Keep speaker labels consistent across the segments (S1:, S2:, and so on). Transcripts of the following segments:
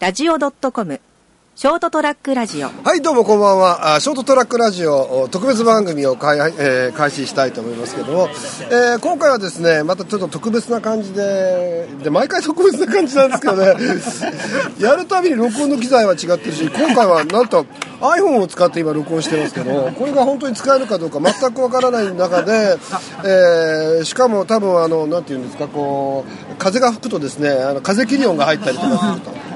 S1: ST-radio.com ショートトラックラジオ
S2: はいどうもこんばんはあショートトラックラジオお特別番組を開,、えー開始したいと思いますけども、えー今回はですねまたちょっと特別な感じでで毎回特別な感じなんですけどね やるたびに録音の機材は違ってるし今回はなんと iPhone を使って今録音してますけどこれが本当に使えるかどうか全くわからない中で、えーしかも多分あのなんていうんですかこう風が吹くとですねあの風切り音が入ったりとかすると。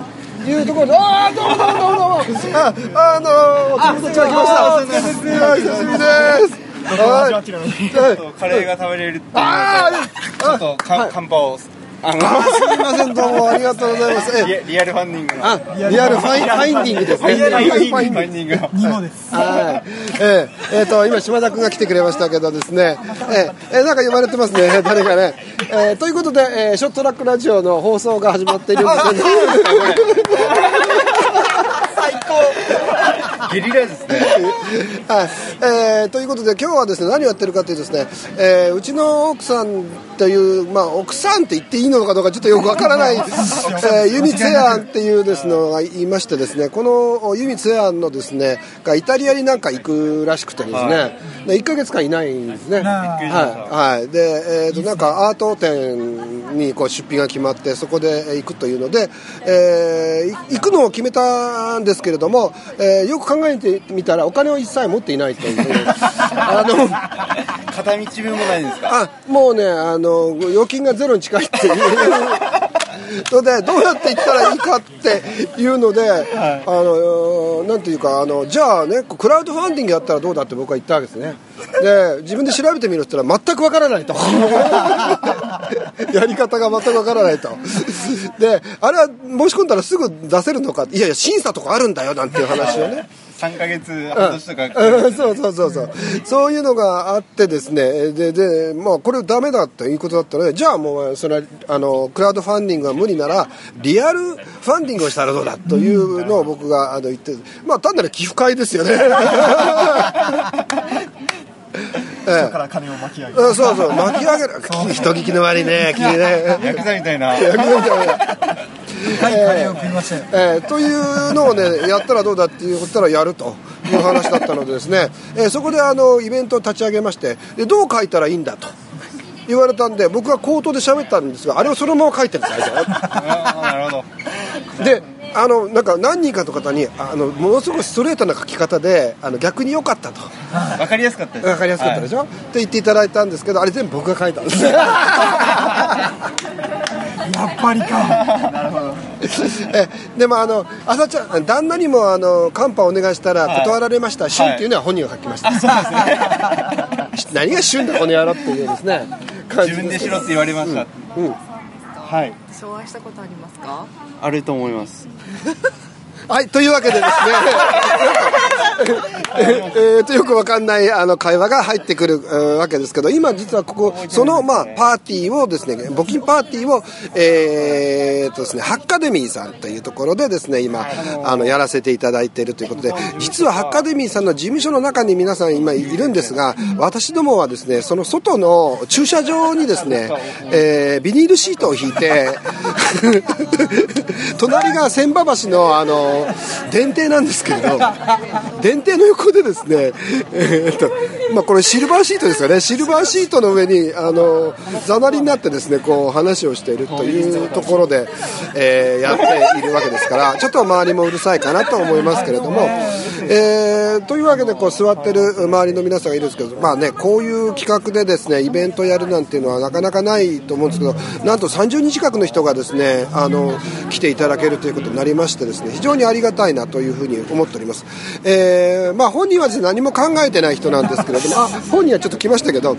S2: いうところで、ああ、どうもどうもどうもどうも、あ、あのー、お疲れ様でした。お疲れ様です。お久しぶりです。はいはい
S3: カレーが食べれるっていう
S2: あ
S3: ちょっとかカンパをあの
S2: あ、すみません、どうもありがとうございます。え、
S3: リアリアルファンディングの
S2: リアルファインファインディングですね。
S3: リアルファインディン
S2: フ
S3: グ
S2: ァイン
S3: フ
S2: ディング
S3: ァインディングの
S2: はい。えええーと今島田君が来てくれましたけどですね。えええなんか呼ばれてますね。誰かね。えーということで、えーショットラックラジオの放送が始まっているんですけど。
S3: ゲリラですね
S2: はいえーということで今日はですね何をやってるかというとですね、えーうちの奥さんという、まあ、奥さんって言っていいのかどうかちょっとよくわから ない、えー、ユミ・ツェアンっていうですねのがいましてですねこのユミ・ツェアンのですねがイタリアになんか行くらしくてですね、で1か月間いないんですね。
S3: びっくりしました
S2: はいはい、で、えー、となんかアート展にこう出品が決まってそこでえー行くというので、えーい行くのを決めたんですけれども、えーよく考えてみたらお金を一切持っていない というあの
S3: 片道分もないんですか
S2: あもうねあの預金がゼロに近いっていうのでどうやって行ったらいいかっていうので、あのなんていうかあのじゃあねこうクラウドファンディングやったらどうだって僕は言ったわけですねで自分で調べてみろって言ったら全くわからないとやり方が全くわからないとであれは申し込んだらすぐ出せるのかいやいや審査とかあるんだよなんていう話をね
S3: 3ヶ月半年とか
S2: うん そうそうそうそうそういうのがあってですねでで、まあ、これダメだということだったのでじゃあもうそれはあのクラウドファンディングが無理ならリアルファンディングをしたらどうだというのを僕があの言ってまあ単なる寄付会ですよね
S4: 人から金を巻き上げる
S2: うんそうそう巻き上げる人聞きの悪いね聞いね
S3: ヤクザみたいな
S4: 深い金を食いましたよ
S2: えーというのをねやったらどうだっていうことらやるという話だったのでですね、えーそこであのイベントを立ち上げましてでどう書いたらいいんだと言われたんで僕が口頭で喋ったんですがあれをそのまま書いてるんですよ
S3: あなるほど
S2: であのなんか何人かの方にあのものすごくストレートな書き方であの逆に良かったと
S3: わかりやすかったです
S2: 分かりやすかったでしょ、って言っていただいたんですけどあれ全部僕が書いたんです
S4: やっぱりかなるほど
S2: えでもあの朝ちゃん旦那にもあのカンパお願いしたら断られました、旬っていうのは本人が書きま した、何が旬だこの野郎っていうですね
S3: は
S2: 感
S3: い
S2: じ
S3: 自分
S2: で
S3: です
S2: け
S3: しろ
S2: ど
S3: って言われました
S2: うん
S3: はい
S5: 昭和したことありますか
S3: あると思います
S2: はいというわけでですねええーとよくわかんないあの会話が入ってくる、えーわけですけど今実はここその、まあ、パーティーをですね募金パーティーを、えーっとですね、ハッカデミーさんというところでですね今あのやらせていただいているということで実はハッカデミーさんの事務所の中に皆さん今いるんですが私どもはですねその外の駐車場にですね、えービニールシートを引いて隣が千葉橋のあの電停なんですけれど電停の横でですね、えーっとまあ、これシルバーシートですよねシルバーシートの上にあのざなりになってですねこう話をしているというところで、えーやっているわけですからちょっと周りもうるさいかなと思いますけれども、えーというわけでこう座ってる周りの皆さんがいるんですけど、まあね、こういう企画でですねイベントやるなんていうのはなかなかないと思うんですけどなんと30人近くの人がですねあの来ていただけるということになりましてですね非常にありがたいなというふうに思っております、えーまあ、本人はですね何も考えてない人なんですけれどもあ本人はちょっと来ましたけど、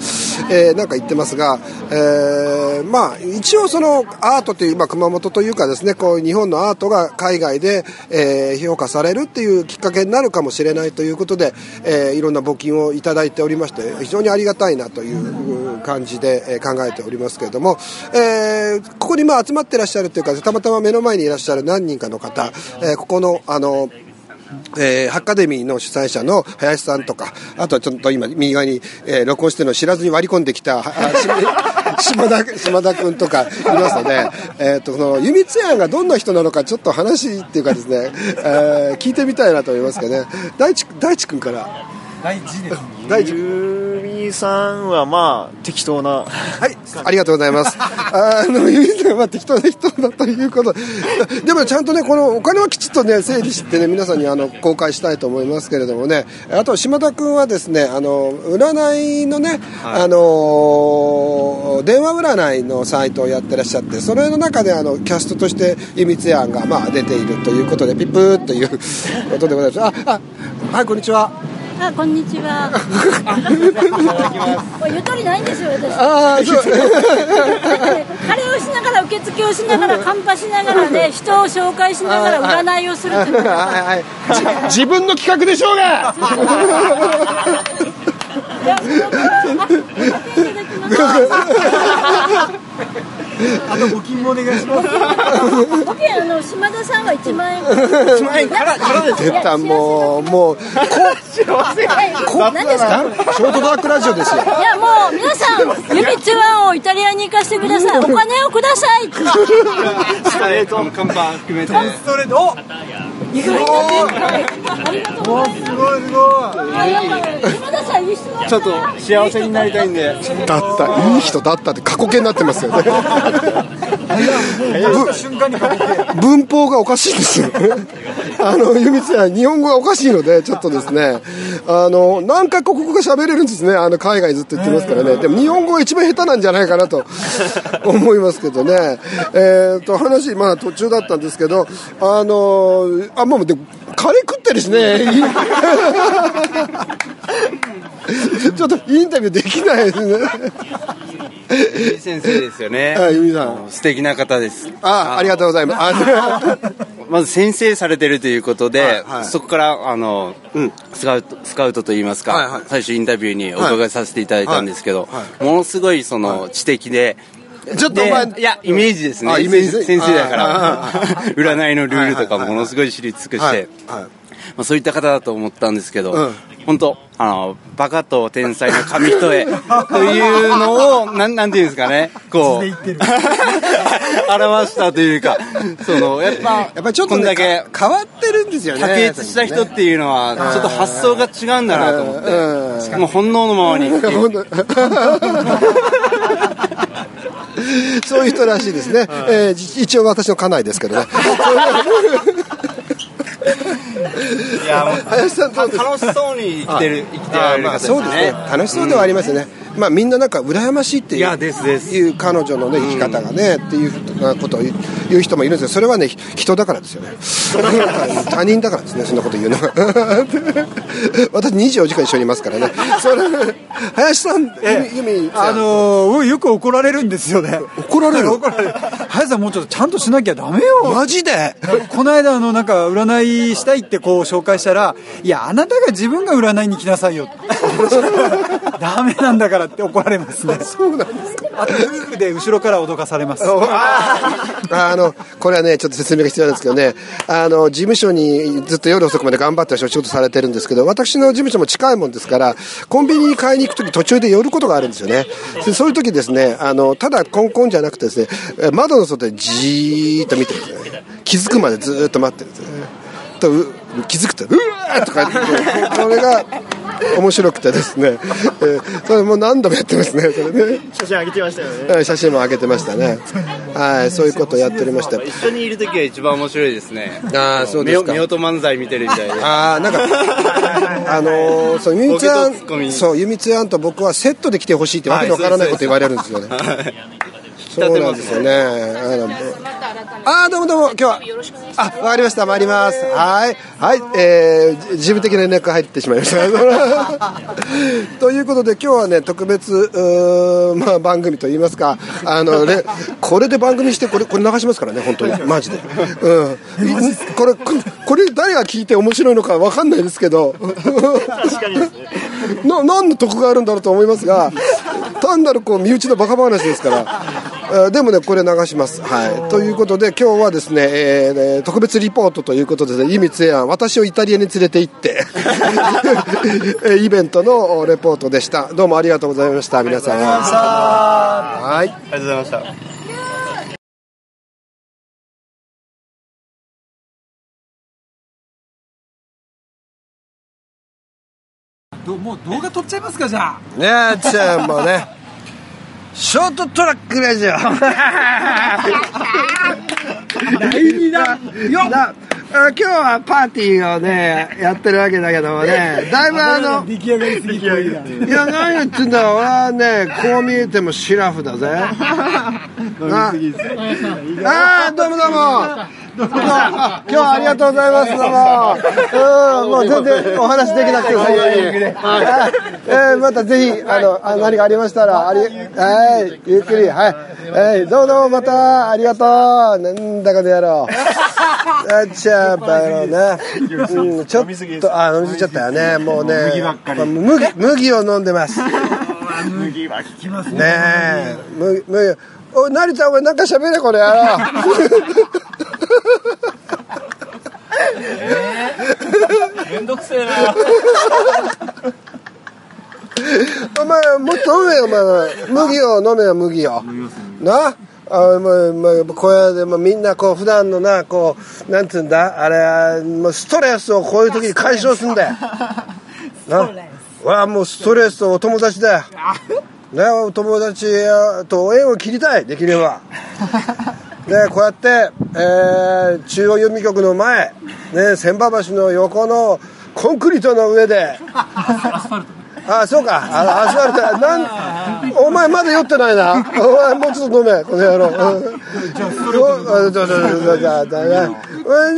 S2: えーなんか言ってますが、えーまあ、一応そのアートという、まあ、熊本というかですねこう日本のアートが海外で、えー評価されるっていうきっかけになるかもしれないということで、えーいろんな募金をいただいておりまして非常にありがたいなという感じで、えー考えておりますけれども、えーここにまあ集まってらっしゃるというかたまたま目の前にいらっしゃる何人かの方、えーここのあのえーハッカデミーの主催者の林さんとか、あとはちょっと今、右側に、えー録音してるのを知らずに割り込んできた、あし島田島田君とかいますので、えー、とこの弓津屋がどんな人なのか、ちょっと話っていうかですね、えー聞いてみたいなと思いますけどね、大地大地君から、
S4: 大事ですね
S2: 大地
S6: ゆみさんはまあ適当
S2: は
S6: な
S2: い、 ありがとうございます。あの、ゆみさんは適当な人だということ。 でもちゃんとね、このお金はきちっとね、整理してね、皆さんにあの、公開したいと思いますけれどもね。あと、島田君はですね、あの、占いのね、あの、電話占いのサイトをやってらっしゃって、それの中であの、キャストとして、ゆみつやんが、まあ、出ているということで、ピップーということでございます。あ、あ、はい、こんにちは。
S7: あ、こんにちは。これゆとりないんですよ、私。
S2: ああ、そう。
S7: あれをしながら、受付をしながら、カンパしながら ね、人を紹介しながら、占いをするっていう。
S2: はいはい、じ自分の企画でしょうが
S7: いや、すごくあご提供できま
S4: あと募金もお願いします
S7: すごくあの、島田さんは一万円。一万円から、からです
S2: 出たもうもう
S7: 何ですか。
S2: ショートダークラジオですよ
S7: いや、もう、皆さん、ユミツワンをイタリアに行かせてください。お金をくださ い。
S3: ストレート看板含めて
S4: それでお
S7: ありがとうございます。
S4: すごいすご
S7: あやっぱ島田さん、一緒だ。
S3: ちょっと幸せになりたいんで
S2: だったいい人だったって過去形になってますよね
S4: い瞬間にかけて
S2: 文法がおかしいですよあの由光さん日本語がおかしいのでちょっとですねあの何カ国語が喋れるんですねあの海外ずっと言ってますからねでも日本語が一番下手なんじゃないかなと 思いますけどねえーと話まあ途中だったんですけどあのあまあでカレー食ってるしね ちょっとインタビューできないですね
S3: 先生ですよね
S2: はい由美さん
S3: 素敵な方です
S2: あありがとうござ いますあ
S3: まず先生されてるということで、
S2: はいはい
S3: そこからあの、
S2: うん
S3: スカウトスカウトといいますか、
S2: はいはい
S3: 最初インタビューにお伺いさせていただいたんですけど、
S2: はいはい
S3: ものすごいその、知的で。
S2: ちょっとお
S3: で
S2: 前
S3: いやイメージですね
S2: あイメージね
S3: 先生だか
S2: あ
S3: ら占いのルールとか
S2: はいはいはいはい
S3: ものすごい知り尽くして、
S2: はいはい
S3: まあ、そういった方だと思ったんですけど、
S2: うん
S3: 本当あのバカと天才の紙一 重というのをなんなんていうんですかねこう
S4: 地で言ってる
S3: 表したというかそのやっぱ
S2: やっぱりちょっと、
S3: こん
S2: ね、
S3: だけ
S2: か変わってるんですよね
S3: 卓越した人っていうのはちょっと発想が違うんだなと思って
S2: うん
S3: しかも本能のままに
S2: うんほんとそういう人らしいですね、えーじ一応私の家内ですけどね
S3: いやもう
S2: 林さんどうですか
S3: 楽しそうに生きてる生きてられる方
S2: まあ
S3: です
S2: そうですね
S3: ね
S2: 楽しそうではありますよね、まあ、みんななんか羨ましいっていう
S3: いやですです
S2: いう彼女の、ね、生き方がね、っていうふうなことを言う言う人もいるんですけどそれはねひ人だからですよ ね他人だからですねそんなこと言うの は私24時間一緒にいますからねそれ林さんゆみゆみさん
S4: あのー、僕よく怒られるんですよね
S2: 怒られる
S4: 怒られる林さんもうちょっとちゃんとしなきゃダメよ
S2: マジで
S4: この間あのなんか占いしたいってこう紹介したらいやあなたが自分が占いに来なさいよ ダメなんだからって怒られますねそうなんですかあと夫婦で後ろから脅かされます
S2: あのこれはねちょっと説明が必要なんですけどねあの事務所にずっと夜遅くまで頑張ってお仕事されてるんですけど私の事務所も近いもんですからコンビニに買いに行く時途中で寄ることがあるんですよねでそういう時ですねあのただコンコンじゃなくてですねえ窓の外でじーっと見てるんですね気づくまでずーっと待ってるんですねとう気づくと「うわ!」とか言ってこれが面白くてですね、えーそれもう何度もやってますねそれね
S6: 写真上げてましたよね
S2: はい写真も上げてましたね。はい、そういうことをやっておりました。
S3: 一緒にいる時が一番面白いですね
S2: あーそうですか
S3: 目を夫婦漫才見てるみたいで
S2: ああ、なんか、あのー、そう、ゆみつや
S3: ボケとツッコミ
S2: ん、そう、ゆみつやんと僕はセットで来てほしいってわけのわからないこと言われるんですよね。そうなんですよね。あのあー、どうもどうも、今日は。あ、わかりました、参ります。はい。はい、えー、じ事務的な連絡が入ってしまいました。 ということで、今日はね、特別、うーんまあ、番組といいますか、あ のね、これで番組して、これ、これ流しますからね、本当に。マジで。うん。これ、ここれ誰が聞いて面白いのかわかんないですけ ど。
S6: 確かにですね
S2: な何の得があるんだろうと思いますが単なるこう身内のバカ話ですからあでもね、これ流します。はい。ということで、今日はですね、えーえー特別リポートということで、ね、イミツエアン、私をイタリアに連れて行って、 えーイベントのレポートでした。どうもありがとうございました、皆さん。はい。
S6: りがとうございました。
S4: どもう動画撮っちゃいますかじゃあ
S2: ねえちゃんもねショートトラックラジオ第2弾だあ今日はパーティーをねやってるわけだけどもねだいぶあの
S4: 出来上がりすぎ声が
S2: いや何言ってんだ俺はねこう見えてもシラフだ ぜああーどうもどうもどうも今日はありがとうござい ますどうもうんもう全然お話できなくてはいえーまたぜひあのあ何かありましたらありはいゆっくりはい、えーどうもどうもまたありがとうなんだかでやろうあっちゃバカ野郎ね、うん、ちょっとあ飲みすぎちゃったよねもうね麦麦を飲んでます麦は効きますねえ麦麦おい成田お前なんか喋れこれやろお前もっと飲めよお前麦を飲めよ麦をなあもうもうこれでもみんなこう普段のなこうなんつうんだあれもうストレスをこういう時に解消すんだよなわあもうストレスとお友達だよねお友達と縁を切りたいできればでこうやって、えー中央郵便局の前、ね、千葉橋の横のコンクリートの上でああそうかあアスファルトなんお前まだ酔ってないなお前もうちょっと飲めこの野郎うんおあじゃあじゃあじゃあじゃあじゃあう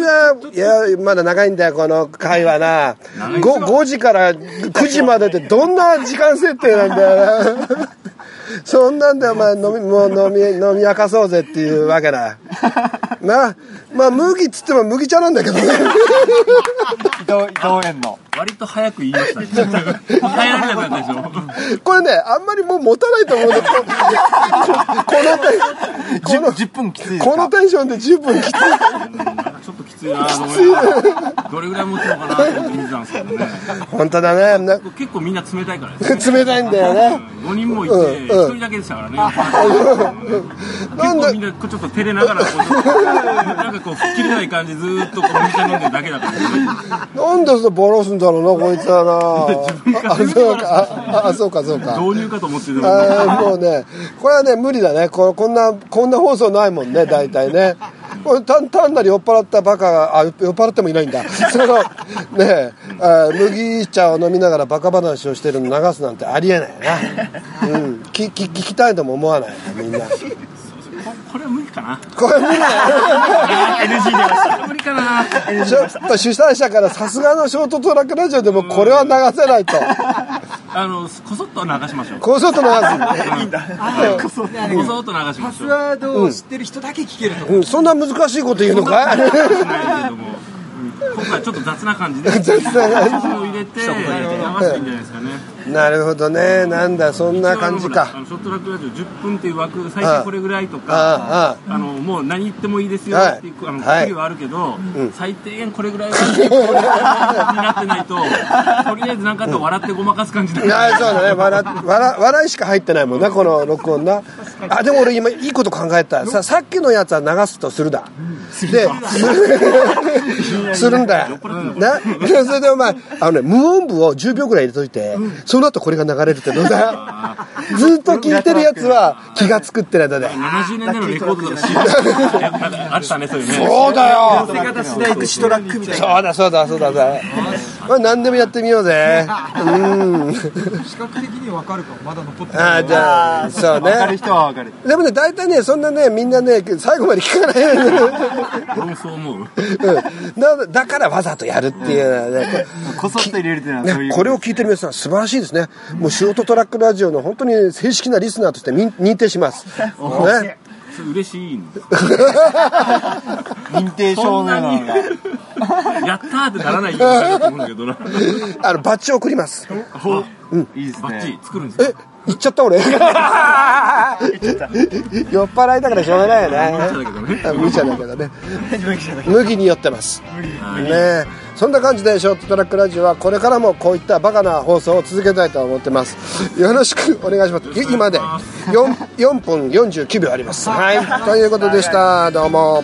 S2: んじゃあいやまだ長いんだよこの会はな 5, 5時から9時までってどんな時間設定なんだよな そんなんでお前飲みもう飲み飲み明かそうぜっていうわけだなまあ麦っつっても麦茶なんだけどね
S8: 割と早く言いま したね。耐えられなくなったでしょ。
S2: これね、あんまりもう持たないと思うんだけど、ここのテンこのこのテンションで10分きつい。
S8: ちょっときついなと思いながらどれぐらい持つのかなと思って見てたんですけどね。
S2: 本当だね。な
S8: 結構みんな冷たいからです。
S2: 冷たいんだよね。
S8: 5人もいて、1人だけでしたからね。結
S2: なん
S8: 構み
S2: で、
S8: んなこうちょっと照れながらこうちょっと、なんかこう、吹っ切れない感じ、ずーっとこう、お店飲んでるだけだからね。
S2: なんでそボロすんだろうな、こいつはな。 あ、そうか、ああ、そうか、そうか。
S8: 導入かと思ってたら、
S2: あーもうね、これはね、無理だね。ここんな、こんな放送ないもんね、大体ね。これ単単なり酔っ払ったバカが、あ、酔っ払ってもいないんだ。その、ねえ、あー麦茶を飲みながらバカ話をしてるの流すなんてありえないな。うん。きき聞きたいとも思わない、みんな。
S8: ここれは無理かな。
S2: これ無理だよ。
S8: NG 出ました。無理かな。
S2: ちょっと主催者からさすがのショートトラックラジオでもこれは流せないと。
S8: あの、こそっと流しましょう。
S2: こうすると流す。
S8: こそっと流しましょう。
S4: ワードを知ってる人だけ聞けると
S2: うん、そんな難しいこと言うのかい
S8: しないけども、今回ちょっと雑な感じで、
S2: 雑な感じ
S8: を入れて、流していいんじゃないですかね。
S2: なるほどねなんだそんな感じ
S8: あ
S2: か
S8: のショットラックラジオ10分っていう枠、最近これぐらいと
S2: あ
S8: か、あのもう何言ってもいいですよ
S2: はい
S8: っていう、あの、
S2: はい
S8: 距離はあるけど、最低限これぐらいはになってない と、とりあえずなんかと笑ってごまかす感じで。
S2: いやそうだね笑笑笑いしか入ってないもんなこの録音なあでも俺今いいこと考えたささっきのやつは流すとするだでするんだよな それでお前あのね無音部を10秒ぐらい入れといてその後これが流れるってどうだずっと聞いてるやつは気が付くってないだね
S8: 70年代のレコードとか CD やっぱあったね、そういうね。
S2: そうだよ
S4: 出方次第クシトラックみたい
S2: そうだそうだそうだそうだまあ何でもやってみようぜうん
S4: な視覚的に分かるかもまだ残って
S2: ああじゃあそうね
S6: 人はわかる。
S2: でもね大体ねそんなねみんなね最後まで聞か ない、
S8: 俺もそう思う。
S2: うん、だだからわざとやるっていうのはね
S6: こそっと入れるっていうのは
S2: ね
S6: そういう。
S2: これを聞いてる皆さん素晴らしいですねもうショートトラックラジオの本当に正式なリスナーとして認認定します、ね、
S8: それ嬉しいの。
S6: 認定証のようなのが。
S8: やったーってならないようにしようと思うんだけどな。
S2: あのバッジを送ります
S6: いいです
S8: バッチ
S6: ね
S8: リ。作るんです
S2: え
S8: よ。
S2: 行っちゃった 俺酔っ 払いだからしょうがないよね無茶だけど ね麦に酔ってますねえそんな感じでショートトラックラジオはこれからもこういったバカな放送を続けたいと思ってますよろしくお願いしますい今で 4, 4分49秒ありますはいということでしたどうも